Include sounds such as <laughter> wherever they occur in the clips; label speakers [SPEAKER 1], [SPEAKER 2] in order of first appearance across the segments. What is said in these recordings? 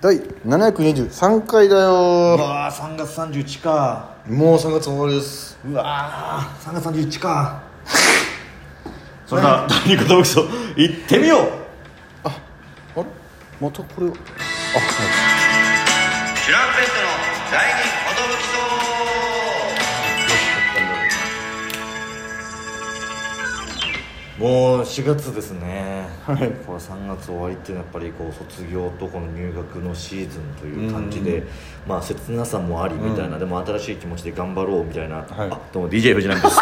[SPEAKER 1] 第723回だ
[SPEAKER 2] う
[SPEAKER 1] よ
[SPEAKER 2] わー3月31か
[SPEAKER 1] もう3月終わりです
[SPEAKER 2] うわー3月31かそれで <laughs> は第2個トークショー行ってみよう
[SPEAKER 1] あれまたこれあはい
[SPEAKER 3] シュランペットの第二寿
[SPEAKER 2] もう4月ですね
[SPEAKER 1] はい
[SPEAKER 2] これ3月終わりっていうのはやっぱりこう卒業とこの入学のシーズンという感じで、まあ切なさもありみたいな、でも新しい気持ちで頑張ろうみたいな、
[SPEAKER 1] はい
[SPEAKER 2] あどうも DJ 藤波です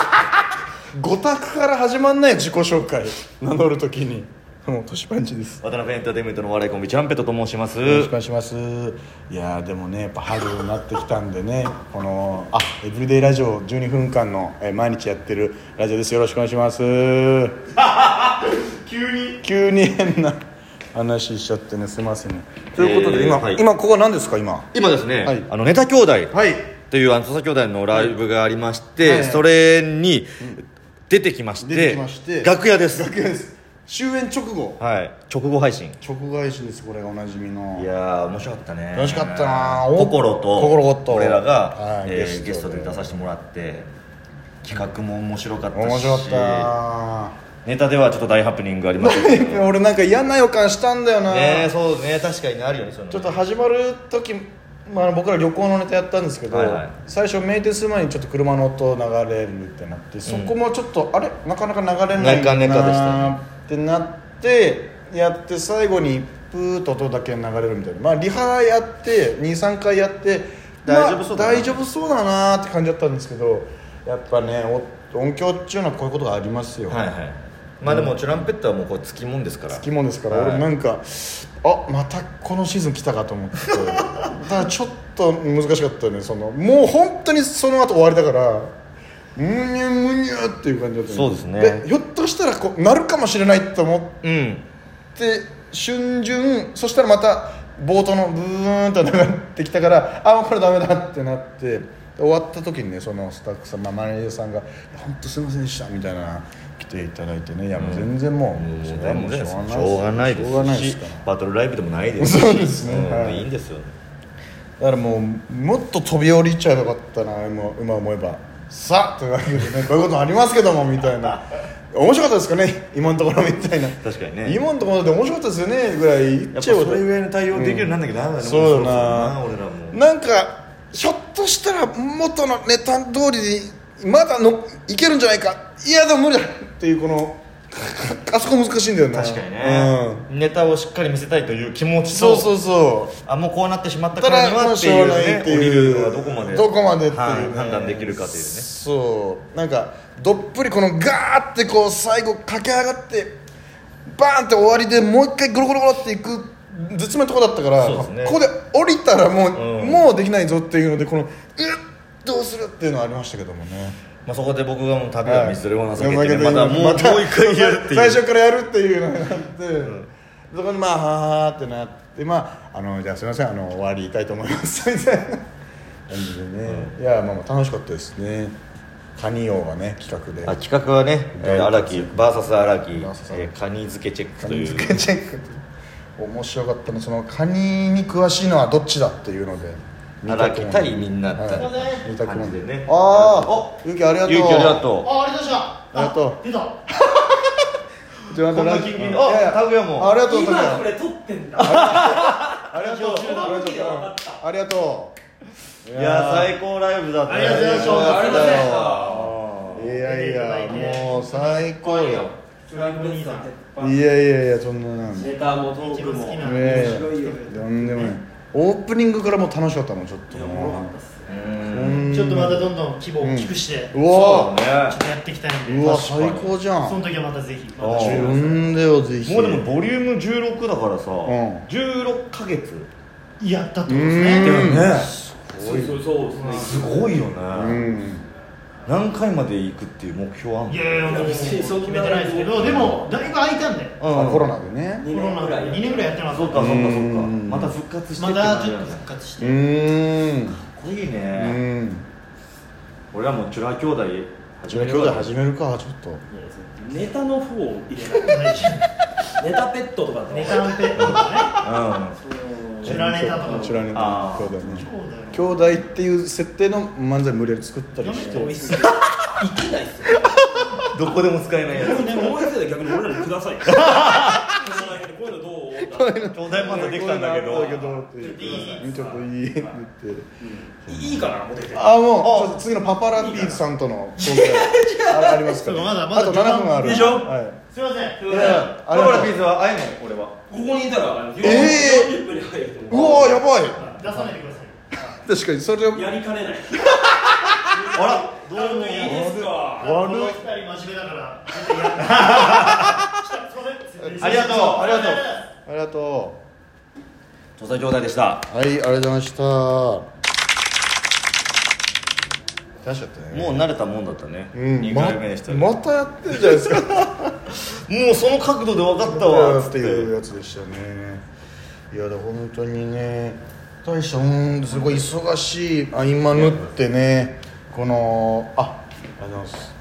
[SPEAKER 1] <laughs> 五択から始まんないよ自己紹介名乗るときにもう年パンチです
[SPEAKER 2] 渡辺エンターテインメントのお笑いコンビチャンペットと申します
[SPEAKER 1] よろしくお願いしますいやーでもねやっぱ春になってきたんでねこのあエブリデイラジオ12分間の、えー毎日やってるラジオですよろしくお願いします
[SPEAKER 2] 急に
[SPEAKER 1] <laughs> 急に変な話しちゃってねすいませんねということで
[SPEAKER 2] えー
[SPEAKER 1] 今、
[SPEAKER 2] はい
[SPEAKER 1] 今ここは何ですか今
[SPEAKER 2] 今ですね、
[SPEAKER 1] はい
[SPEAKER 2] あのネタ兄弟
[SPEAKER 1] はい
[SPEAKER 2] というあの土佐兄弟のライブがありまして、
[SPEAKER 1] はいはい
[SPEAKER 2] それに出てきまして
[SPEAKER 1] 出てきまして
[SPEAKER 2] 楽屋です
[SPEAKER 1] 楽屋です終演直後
[SPEAKER 2] はい直後配信
[SPEAKER 1] 直後配信ですこれがおなじみの
[SPEAKER 2] いやー面白かったね
[SPEAKER 1] 楽しかったなお
[SPEAKER 2] 心と
[SPEAKER 1] 心ゴッド
[SPEAKER 2] 俺らが、
[SPEAKER 1] はい
[SPEAKER 2] えーゲス
[SPEAKER 1] ゲスト
[SPEAKER 2] ト
[SPEAKER 1] で
[SPEAKER 2] で出させてもらって企画も面白かったし
[SPEAKER 1] 面白かった <laughs>
[SPEAKER 2] ネタではちょっと大ハプニングありましたけどね
[SPEAKER 1] 俺なんか嫌な予感したんだよな、
[SPEAKER 2] えそうね確かにねあるよねそういうの
[SPEAKER 1] ちょっと始まる時、まあ、僕ら旅行のネタやったんですけど、
[SPEAKER 2] はいはい
[SPEAKER 1] 最初名店する前にちょっと車の音流れるってなってそこもちょっと、あれなかなか流れない
[SPEAKER 2] なかなかでしたね
[SPEAKER 1] ってなってやって最後にプーッと音だけ流れるみたいなまあリハやって23回やって
[SPEAKER 2] 大丈夫そうだ
[SPEAKER 1] ま
[SPEAKER 2] な
[SPEAKER 1] あ大丈夫そうだなって感じだったんですけどやっぱねお音響っていうのはこういうことがありますよ、
[SPEAKER 2] はいはいまあでもチュランペットはもうこれつきもんですから
[SPEAKER 1] 好きもんですから、
[SPEAKER 2] はい
[SPEAKER 1] 俺なんかあまたこのシーズン来たかと
[SPEAKER 2] <laughs>
[SPEAKER 1] 思ってだからちょっと難しかったねそのもう本当にその後終わりだからむにゃむにゃっていう感じだった
[SPEAKER 2] そうですね
[SPEAKER 1] ひょっとしたらこうなるかもしれないと思っ
[SPEAKER 2] うん
[SPEAKER 1] て瞬瞬そしたらまた冒頭のブーンと流れてきたからあもうこれダメだってなって終わった時にねそのスタッフさん、まあ、マネージャーさんが「本当すいませんでした」みたいな来ていただいてねいやもう全然もう,、
[SPEAKER 2] もう
[SPEAKER 1] それは
[SPEAKER 2] 全然し
[SPEAKER 1] もう
[SPEAKER 2] ょうがないです
[SPEAKER 1] しょうがないです
[SPEAKER 2] し
[SPEAKER 1] から
[SPEAKER 2] バトルライブでもないですし
[SPEAKER 1] そうですね
[SPEAKER 2] ん
[SPEAKER 1] はい
[SPEAKER 2] い、いんですよね
[SPEAKER 1] だからもうもっと飛び降りちゃえばよかったな今今思えばさあというわけでねこういうこともありますけどもみたいな面白かったですかね今のところみたいな
[SPEAKER 2] 確かにね
[SPEAKER 1] 今のところで面白かったですよねぐらい言
[SPEAKER 2] や
[SPEAKER 1] っ
[SPEAKER 2] っぱ
[SPEAKER 1] ちゃえば
[SPEAKER 2] それぐらいの対応できるようになんだけどダメだね
[SPEAKER 1] そうよな
[SPEAKER 2] もうそうだな俺ら
[SPEAKER 1] な
[SPEAKER 2] も
[SPEAKER 1] んかひょっとしたら元のネタ通りにまだのいけるんじゃないかいやでも無理だっていうこの <laughs> あそこ難しいんだよね
[SPEAKER 2] 確かにね、ネタをしっかり見せたいという気持
[SPEAKER 1] うん、
[SPEAKER 2] ち
[SPEAKER 1] そ
[SPEAKER 2] と
[SPEAKER 1] うそうそう
[SPEAKER 2] あもうこうなってしまった
[SPEAKER 1] た
[SPEAKER 2] から
[SPEAKER 1] だ
[SPEAKER 2] に
[SPEAKER 1] ま
[SPEAKER 2] は
[SPEAKER 1] あ
[SPEAKER 2] って
[SPEAKER 1] しょ
[SPEAKER 2] いうう
[SPEAKER 1] がない
[SPEAKER 2] ね
[SPEAKER 1] って
[SPEAKER 2] 降り
[SPEAKER 1] い
[SPEAKER 2] る
[SPEAKER 1] う
[SPEAKER 2] のはどこまで
[SPEAKER 1] どこまでっていうね、
[SPEAKER 2] はい判断できるかというね
[SPEAKER 1] そうなんかどっぷりこのガーってこう最後駆け上がってバーンって終わりでもう一回ゴロゴロゴロっていく絶妙なとこだったから、
[SPEAKER 2] そうですね
[SPEAKER 1] ここで降りたらもう、
[SPEAKER 2] うん
[SPEAKER 1] もうできないぞっていうのでこのうっどうするっていうのはありましたけどもね
[SPEAKER 2] まあ、そこで僕がもう旅は水でごなさけて、
[SPEAKER 1] はい
[SPEAKER 2] またもう,、
[SPEAKER 1] また
[SPEAKER 2] もう一回やるっていう
[SPEAKER 1] 最初からやるっていうのになって、そこにまあはーはーってなってまああのじゃあすいませんあの終わりたいと思いますみたいな感じでね、いやまあまあ楽しかったですねカニ王がね企画で
[SPEAKER 2] あ企画はね
[SPEAKER 1] えー
[SPEAKER 2] 荒木 VS 荒木、え
[SPEAKER 1] VS
[SPEAKER 2] ー、カニ漬けチェック
[SPEAKER 1] カ
[SPEAKER 2] と
[SPEAKER 1] ニ
[SPEAKER 2] い
[SPEAKER 1] チ
[SPEAKER 2] う
[SPEAKER 1] ェック面白かったのそのカニに詳しいのはどっちだっていうので
[SPEAKER 2] 荒木対みんな
[SPEAKER 1] はい
[SPEAKER 2] 対
[SPEAKER 1] 見たくな
[SPEAKER 2] 感じ
[SPEAKER 1] る
[SPEAKER 2] でね
[SPEAKER 1] あ
[SPEAKER 2] お
[SPEAKER 1] あゆうきありがとう
[SPEAKER 2] ゆうきありがと
[SPEAKER 3] あありがとうございました
[SPEAKER 1] ありがと
[SPEAKER 3] 出た
[SPEAKER 1] うじゃあ
[SPEAKER 2] こんな近々にあ
[SPEAKER 1] いやいや
[SPEAKER 2] タグヤも
[SPEAKER 1] ありがとうタグヤ
[SPEAKER 4] 今これ撮ってんだ
[SPEAKER 1] ありがとう。ありがとう。いう
[SPEAKER 2] いやー最高ライブだった
[SPEAKER 3] ありがとうございました
[SPEAKER 2] やったよ
[SPEAKER 1] いやいや、もう最高よ。
[SPEAKER 4] フランク兄さん
[SPEAKER 1] いやいやいや、そんななん。い
[SPEAKER 4] ネタもトークも
[SPEAKER 3] 一番好きな
[SPEAKER 4] 面
[SPEAKER 1] やいや
[SPEAKER 4] 白いよい、
[SPEAKER 1] とんでもない。オープニングからもう楽しかったもん、ちょっと
[SPEAKER 4] やおもろかったっすね
[SPEAKER 1] うん
[SPEAKER 3] ちょっとまたどんどん規模を大きくして、ちょ
[SPEAKER 1] うわ
[SPEAKER 2] そうだね
[SPEAKER 3] っとやっていきたいん
[SPEAKER 1] う
[SPEAKER 3] で
[SPEAKER 1] わ、
[SPEAKER 2] 確か
[SPEAKER 1] 最
[SPEAKER 2] に
[SPEAKER 1] 高じゃ
[SPEAKER 3] その
[SPEAKER 1] ん。
[SPEAKER 3] 時はまたぜひま
[SPEAKER 2] あ
[SPEAKER 3] た
[SPEAKER 2] ー
[SPEAKER 3] 収
[SPEAKER 1] 呼
[SPEAKER 3] 録
[SPEAKER 1] んでよ、ぜひ。
[SPEAKER 2] もうでもボリューム16だからさ、
[SPEAKER 1] ん
[SPEAKER 2] 16ヶ月
[SPEAKER 3] やったってことですね
[SPEAKER 1] う
[SPEAKER 3] で
[SPEAKER 1] ん
[SPEAKER 3] も
[SPEAKER 1] ね
[SPEAKER 4] そうそうそうです
[SPEAKER 2] す
[SPEAKER 4] ね
[SPEAKER 2] ごいよね、
[SPEAKER 1] うん。何
[SPEAKER 2] 何回まで行くっていう目標あんの
[SPEAKER 3] いやいやもう決めてないですけどでもだいぶ空いたんでコ
[SPEAKER 1] あコロナでね。
[SPEAKER 4] 2
[SPEAKER 3] ロ
[SPEAKER 4] 年
[SPEAKER 3] ナ
[SPEAKER 4] ぐ
[SPEAKER 3] で
[SPEAKER 4] らい
[SPEAKER 3] 2年ぐらいやってます
[SPEAKER 2] そうかそうかそうか
[SPEAKER 1] うん
[SPEAKER 2] また復活して
[SPEAKER 3] ま
[SPEAKER 2] って感
[SPEAKER 3] た
[SPEAKER 2] じ
[SPEAKER 3] ちょ
[SPEAKER 2] な
[SPEAKER 3] っ
[SPEAKER 2] ん
[SPEAKER 3] と
[SPEAKER 2] だ
[SPEAKER 3] 復活し
[SPEAKER 1] う
[SPEAKER 3] て
[SPEAKER 1] ーん。
[SPEAKER 2] これいいうね、
[SPEAKER 1] ん。
[SPEAKER 2] 俺らもチュラ兄弟
[SPEAKER 1] じゃあ、兄弟始めるか、ちょっと。
[SPEAKER 4] ネタの方を入れないネタペットとかだと
[SPEAKER 3] ネタのペットとかね
[SPEAKER 2] うん
[SPEAKER 4] う
[SPEAKER 1] え
[SPEAKER 4] ん
[SPEAKER 1] ね
[SPEAKER 5] チュラネタとか
[SPEAKER 1] チュラネ
[SPEAKER 2] あ
[SPEAKER 1] タ
[SPEAKER 2] ー
[SPEAKER 1] 兄弟ね
[SPEAKER 5] 兄
[SPEAKER 1] 兄弟っていう設定の漫才無理やり作った
[SPEAKER 5] や
[SPEAKER 1] り
[SPEAKER 5] め
[SPEAKER 1] してて
[SPEAKER 5] おいっすよ
[SPEAKER 4] きないっすよ
[SPEAKER 2] どこでも使えないやつ
[SPEAKER 4] でも応援世代逆に俺らにくださいこういうのどう
[SPEAKER 2] 兄弟漫才できたんだけど
[SPEAKER 1] ってちょっといいって言って
[SPEAKER 4] いいかなモテて
[SPEAKER 1] あもうちょっと次のパパラッティさんとの存在あありますか
[SPEAKER 5] そう
[SPEAKER 1] ら
[SPEAKER 5] かまだまだ
[SPEAKER 1] あと7分ある
[SPEAKER 4] でしょ
[SPEAKER 1] はい
[SPEAKER 5] すいません
[SPEAKER 2] いやだからピーズは会えんの俺は
[SPEAKER 4] ここにいたら
[SPEAKER 1] ええ
[SPEAKER 4] 40分に入ると
[SPEAKER 1] う
[SPEAKER 4] 思
[SPEAKER 1] わーやばい
[SPEAKER 5] 出さないでください
[SPEAKER 1] 確かにそれを
[SPEAKER 4] うやりかねないい
[SPEAKER 2] あ
[SPEAKER 5] どうもい
[SPEAKER 4] いですか
[SPEAKER 5] この二人真面目だから絶対やるすいません失礼します
[SPEAKER 2] ありがとうありがとう
[SPEAKER 1] ありがと
[SPEAKER 2] ら土佐兄弟でした
[SPEAKER 1] うはいありがとうございました出しちゃったね
[SPEAKER 2] もう慣れたもんだったね、
[SPEAKER 1] うん
[SPEAKER 2] 2回目でしたね、
[SPEAKER 1] ままたやってるじゃないですか
[SPEAKER 2] もうその角度で分かったわっ
[SPEAKER 1] っ
[SPEAKER 2] つってて
[SPEAKER 1] いうやつでしたねいやだから本当にね大したもんですごい忙しい合間縫ってねこのあありがとうございます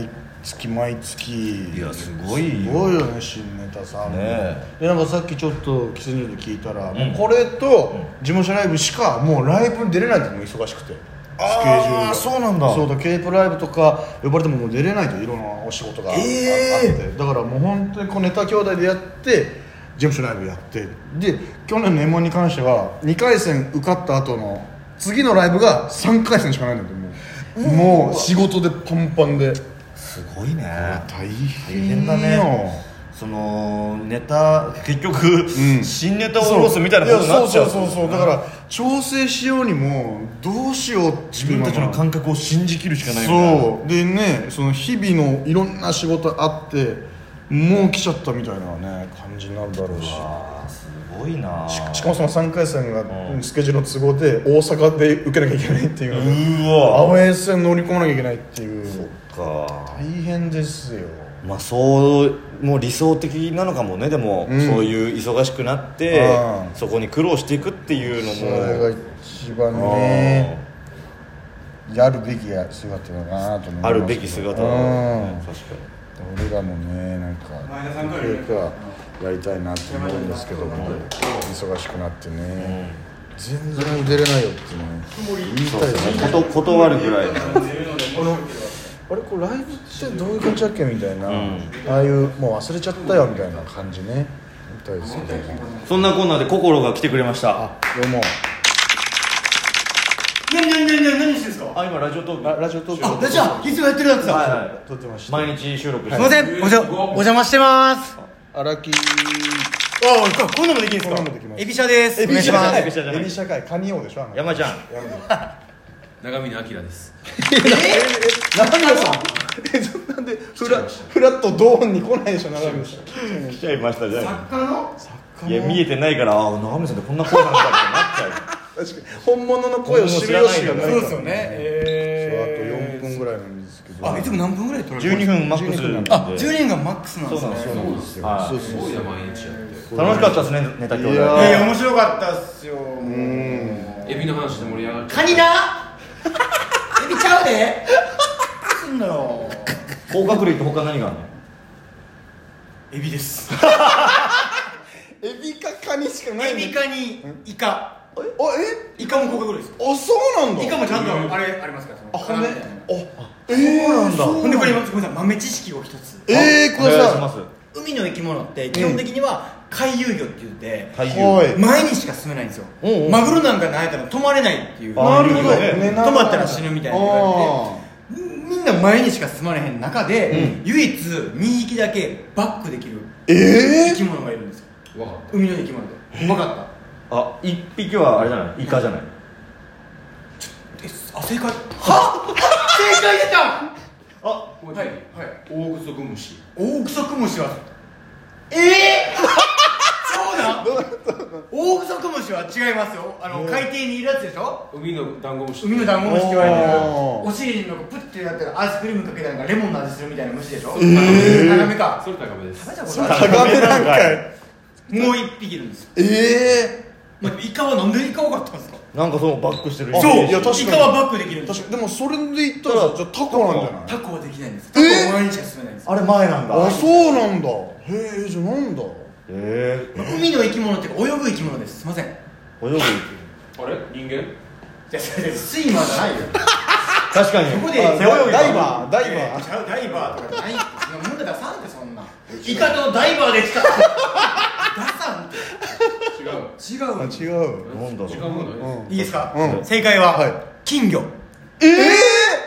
[SPEAKER 1] 毎月毎月
[SPEAKER 2] いやすごいよ
[SPEAKER 1] すごいよね新ネタさんも
[SPEAKER 2] ねえ
[SPEAKER 1] でなんかさっきちょっとキスニーで聞いたら、もうこれと事務所ライブしかもうライブに出れないってもう忙しくてスケジュール
[SPEAKER 2] あー
[SPEAKER 1] が
[SPEAKER 2] そうなんだ
[SPEAKER 1] そうだケープライブとか呼ばれてももう出れないといろんなお仕事がああって、
[SPEAKER 2] えー
[SPEAKER 1] だからもう本当にこうネタ兄弟でやって事務所ライブやってで去年の m 1に関しては2回戦受かった後の次のライブが3回戦しかないんだけどもうもう仕事でパンパンです
[SPEAKER 2] ごいね
[SPEAKER 1] 大
[SPEAKER 2] 大変
[SPEAKER 1] 変
[SPEAKER 2] だ
[SPEAKER 1] だ
[SPEAKER 2] ね
[SPEAKER 1] ね
[SPEAKER 2] そのネタ結局、
[SPEAKER 1] ん
[SPEAKER 2] 新ネタを下ろすみたいなことになっちゃう
[SPEAKER 1] いやそうそうそうそうだから調整しようにもどうしようって
[SPEAKER 2] 自分たちの
[SPEAKER 1] 感
[SPEAKER 2] 感覚を信じきるしかないみたいな
[SPEAKER 1] そうでねその日々のいろんな仕事あってもう来ちゃったみたいなね感じになるだろうし
[SPEAKER 2] あーすごいな
[SPEAKER 1] ししかもその3回戦がスケジュールの都合で大阪で受けなきゃいけないっていうう
[SPEAKER 2] ー
[SPEAKER 1] ア
[SPEAKER 2] わ
[SPEAKER 1] ウェー戦乗り込まなきゃいけないっていう
[SPEAKER 2] か
[SPEAKER 1] 大変ですよ
[SPEAKER 2] まあそうもう理想的なのかもねでも、
[SPEAKER 1] うん
[SPEAKER 2] そういう忙しくなって
[SPEAKER 1] うん
[SPEAKER 2] そこに苦労していくっていう
[SPEAKER 1] それが
[SPEAKER 2] のも
[SPEAKER 1] 一番ねやるべき姿だなと思いますね
[SPEAKER 2] あるべき姿だ
[SPEAKER 1] うん
[SPEAKER 2] ね確かに
[SPEAKER 1] 俺らもねなんか
[SPEAKER 4] 前田さんから
[SPEAKER 1] ゆくはやりたいなって思うんですけども忙しくなってね、全然出れないよってね言いたいですね
[SPEAKER 2] こと断るぐらいの
[SPEAKER 1] あれこれライブってどういう感じだっけみたいな、
[SPEAKER 2] ん
[SPEAKER 1] ああいうもう忘れちゃったよみたいな感じねみたいですね
[SPEAKER 2] そんなこんなで心が来てくれました
[SPEAKER 1] どうも
[SPEAKER 5] 何何何何何してんすか
[SPEAKER 2] あ今ラジオトーク
[SPEAKER 1] ララジオトーク
[SPEAKER 5] あじゃあいつもやってるやつだ、
[SPEAKER 2] はい
[SPEAKER 5] は
[SPEAKER 2] は
[SPEAKER 1] 撮ってまし
[SPEAKER 2] い
[SPEAKER 1] た
[SPEAKER 2] 毎日収録
[SPEAKER 5] い、すいませんおじゃお邪魔してますあ
[SPEAKER 1] 荒木
[SPEAKER 5] おいここんなのもできるんです
[SPEAKER 1] こんな
[SPEAKER 5] か
[SPEAKER 1] のもできます
[SPEAKER 5] エビシャですお願いします
[SPEAKER 2] エビシャじゃない
[SPEAKER 1] エビ社会カニ王でしょあの
[SPEAKER 2] 山ちゃん
[SPEAKER 6] 長峰明です
[SPEAKER 1] 中村さんえそんなんでフラフラットドーンに来ないでしょ中村さん
[SPEAKER 2] 来ちゃいましたじゃ
[SPEAKER 5] 他の
[SPEAKER 2] んいや見えてないからああ長見さんってこんな声なんだってなっちゃ
[SPEAKER 1] 確かに本物の声を知るよしがない
[SPEAKER 5] そう
[SPEAKER 1] から
[SPEAKER 5] です
[SPEAKER 1] そうあ
[SPEAKER 5] よね
[SPEAKER 1] と4
[SPEAKER 5] え
[SPEAKER 1] 分ぐらいなんですけど
[SPEAKER 5] あいつも何分ぐらい取
[SPEAKER 2] う
[SPEAKER 5] られ <laughs>
[SPEAKER 2] 12
[SPEAKER 5] る
[SPEAKER 2] 分マックスなんで
[SPEAKER 5] あ12人がマックスなん
[SPEAKER 2] そ
[SPEAKER 5] で
[SPEAKER 2] う
[SPEAKER 5] す
[SPEAKER 2] なん
[SPEAKER 5] ね
[SPEAKER 2] で
[SPEAKER 1] そうです
[SPEAKER 2] すよ
[SPEAKER 1] よ
[SPEAKER 2] はい
[SPEAKER 1] そう
[SPEAKER 6] す
[SPEAKER 1] そう
[SPEAKER 6] ごい
[SPEAKER 1] そう
[SPEAKER 6] な毎日やって
[SPEAKER 2] 楽しかったですねネタ今日
[SPEAKER 1] いやー
[SPEAKER 5] いやいや面白かったっすよもう
[SPEAKER 6] エビの話で盛り上がって
[SPEAKER 5] カニなエビちゃうでどうすんだよ
[SPEAKER 2] 甲殻類って他何があるの
[SPEAKER 5] エビです
[SPEAKER 1] エビかカニしかない
[SPEAKER 5] エ
[SPEAKER 1] んだ
[SPEAKER 5] ビ
[SPEAKER 1] けど
[SPEAKER 5] カニイカ
[SPEAKER 1] あえ
[SPEAKER 5] イカも甲殻類です
[SPEAKER 1] あそうなんだ
[SPEAKER 5] イカもちゃんとあれありますからそ
[SPEAKER 1] あ
[SPEAKER 5] の
[SPEAKER 1] 骨あ
[SPEAKER 5] 殻みたいな
[SPEAKER 1] えーそうなんだ
[SPEAKER 5] ほんでこれごめんなさい豆知識を一つ
[SPEAKER 1] えーこれ
[SPEAKER 2] お願いしま
[SPEAKER 1] さ
[SPEAKER 2] す
[SPEAKER 5] 海の生き物って基本的には回遊魚って言って
[SPEAKER 2] 太
[SPEAKER 1] おい
[SPEAKER 5] 前にしか進めないんですよ
[SPEAKER 2] おうおう
[SPEAKER 5] マグロなんか慣れたら止まれないっていう
[SPEAKER 1] な
[SPEAKER 2] あ
[SPEAKER 1] るほど
[SPEAKER 2] いいよ
[SPEAKER 1] ね
[SPEAKER 2] ね
[SPEAKER 5] 止まったら死ぬみたいな言わ
[SPEAKER 1] あ
[SPEAKER 5] れてみんな前にしか進まれへん中で、唯一2匹だけバックできる
[SPEAKER 1] ーえ
[SPEAKER 5] 生き物がいるんですよ
[SPEAKER 6] るわかっ
[SPEAKER 5] 海の生き物でうまかった
[SPEAKER 2] あ一匹はあれじゃないイカじゃない
[SPEAKER 5] えあ正解は正解出た
[SPEAKER 6] たこれはい大グソグムシ
[SPEAKER 5] 大草クムシはええー、そうなん大草クムシは違いますよあの海底にいるやつでしょ
[SPEAKER 6] 海のダンゴムシ
[SPEAKER 5] 海のダンゴムシって言われてる
[SPEAKER 1] おー
[SPEAKER 5] お尻になんかプッてやったらアイスクリームかけたらなんかレモンの味するみたいな虫でしょえ長めか
[SPEAKER 6] それ高めです
[SPEAKER 5] 食べたこ
[SPEAKER 1] ー
[SPEAKER 5] とあ
[SPEAKER 1] タガメなんかい
[SPEAKER 5] るもう一匹いるんですよ
[SPEAKER 1] え
[SPEAKER 5] まあ、イカはなんでイカ多かったんですか
[SPEAKER 2] なんかそのバックしてるイメー
[SPEAKER 1] あ
[SPEAKER 2] ジ
[SPEAKER 1] そういや確かに
[SPEAKER 5] イカはバックできるん
[SPEAKER 1] ー
[SPEAKER 5] です
[SPEAKER 1] 確
[SPEAKER 5] よ
[SPEAKER 1] かにでもそれで言ったらじゃあタコなんじゃない
[SPEAKER 5] タコはできないんですタコは毎日しか進めないんですよ
[SPEAKER 2] あれ前なんだ
[SPEAKER 1] あそうなんだへえじゃあなんだ
[SPEAKER 2] え
[SPEAKER 5] 海の生き物っていうか泳ぐ生き物ですすいません
[SPEAKER 2] 泳ぐ
[SPEAKER 6] あれ人間
[SPEAKER 5] じゃあじゃあスイマーじゃないよ
[SPEAKER 2] 確かに
[SPEAKER 5] そこで
[SPEAKER 1] あ
[SPEAKER 5] 背泳ぎ
[SPEAKER 1] ダイバーダイ
[SPEAKER 5] いや
[SPEAKER 1] バ
[SPEAKER 5] ちゃうダイバーとかじゃないってもんで出さんってそんなイカとダイバーできた出さんって
[SPEAKER 6] 違う
[SPEAKER 5] 違う
[SPEAKER 1] ーあ違う
[SPEAKER 2] なんだろう
[SPEAKER 6] 時間問題
[SPEAKER 1] うん
[SPEAKER 5] いいですか、
[SPEAKER 1] うん
[SPEAKER 5] 正解は、
[SPEAKER 1] はい
[SPEAKER 5] 金魚
[SPEAKER 1] え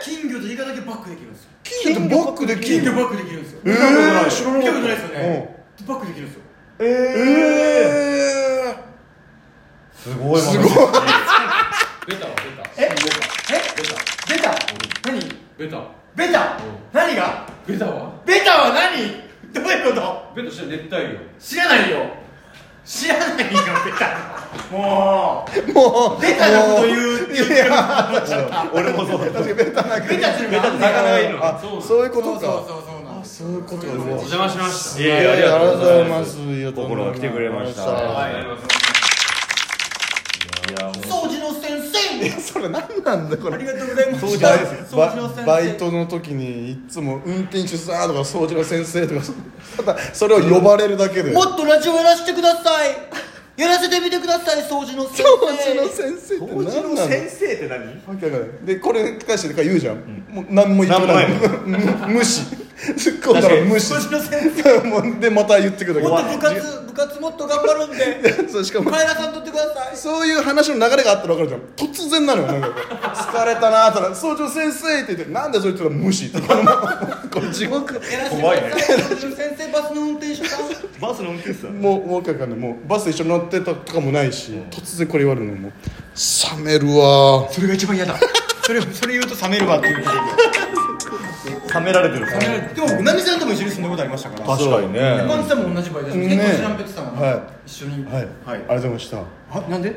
[SPEAKER 5] 金魚とイカだけバックできるんですよ
[SPEAKER 1] え金魚バックで
[SPEAKER 5] 金
[SPEAKER 1] 金
[SPEAKER 5] 魚
[SPEAKER 1] 魚
[SPEAKER 5] バックできるんですよ
[SPEAKER 1] え
[SPEAKER 5] 見たことない
[SPEAKER 1] ー知らなかった
[SPEAKER 5] 見たことないですよね、バックできるんですよ
[SPEAKER 2] え
[SPEAKER 1] え
[SPEAKER 2] ー、
[SPEAKER 1] え
[SPEAKER 2] すごい
[SPEAKER 1] すごい
[SPEAKER 6] ベタはベタ
[SPEAKER 5] ええベタ何
[SPEAKER 6] ベタ
[SPEAKER 5] ベタ何が
[SPEAKER 6] ベタは
[SPEAKER 5] ベタは何どういうこと
[SPEAKER 6] ベタしたら熱帯魚
[SPEAKER 5] 知らないよ知らないよベタもう
[SPEAKER 1] もう
[SPEAKER 5] ベタなこと言うって言ってる
[SPEAKER 2] 俺もそうだ
[SPEAKER 5] ベタするベタ
[SPEAKER 6] 魚がいるの
[SPEAKER 1] あ
[SPEAKER 6] そうなの
[SPEAKER 1] そういうこと
[SPEAKER 5] そうそう
[SPEAKER 1] か
[SPEAKER 5] そうそうなんです
[SPEAKER 1] そういうこと
[SPEAKER 5] そういうこ
[SPEAKER 1] か
[SPEAKER 5] と
[SPEAKER 6] 邪魔しました
[SPEAKER 2] いやいやありがとうございます
[SPEAKER 1] いやありがとうございます
[SPEAKER 2] 心が来てくれました
[SPEAKER 1] ありがとうございました
[SPEAKER 6] ありがとうございます
[SPEAKER 2] いやもう
[SPEAKER 5] 掃除の先生
[SPEAKER 1] それ何なんだこれ
[SPEAKER 5] ありがとうございました
[SPEAKER 1] バイ
[SPEAKER 5] 掃除の先生
[SPEAKER 1] バイトの時にいつも運転手さんとか掃除の先生とか <laughs> ただそれを呼ばれるだけで
[SPEAKER 5] もっとラジオやらせてくださいやらせてみてください掃除の先
[SPEAKER 1] 掃
[SPEAKER 5] 生
[SPEAKER 1] 除の先生って
[SPEAKER 2] 当
[SPEAKER 1] 何な
[SPEAKER 2] 時
[SPEAKER 1] の
[SPEAKER 2] の先生って何
[SPEAKER 1] わけわかんないでこれに関して言うじゃん、もう何も言ってこない <laughs> 無無視突っ込んだら無視
[SPEAKER 5] 掃除の
[SPEAKER 1] <laughs>
[SPEAKER 5] 先
[SPEAKER 1] もうでまた言ってくるだけ
[SPEAKER 5] 生もっと部活部活もっと頑張るんで
[SPEAKER 1] そうしかも
[SPEAKER 5] 前田さんとってください
[SPEAKER 1] そういう話の流れがあったら分かるじゃん突然なのよなん <laughs> かこう疲れたなーって言ったら「総長先生」って言って「なんでそいつら無視」ってこの <laughs> これ地獄
[SPEAKER 5] やらせてく
[SPEAKER 2] 怖いね
[SPEAKER 5] ださい掃除の先生バスの運転手さん
[SPEAKER 2] バスの運転手さん
[SPEAKER 1] もうもうわけわかんないもうバス一緒に乗ってたとかもないし、突然これ言われるのもう冷めるわー
[SPEAKER 5] それが一番嫌だそれそれ言うと冷めるわっていう
[SPEAKER 2] 冷められてる
[SPEAKER 5] でもナミさんとも一緒に住んだことありましたから
[SPEAKER 2] 確かにね
[SPEAKER 5] パンチさんも同じ場合だし
[SPEAKER 1] ね
[SPEAKER 5] 結構調べてたもんね
[SPEAKER 1] は
[SPEAKER 5] 一緒に
[SPEAKER 1] はい、ありがとうございました
[SPEAKER 5] あなんで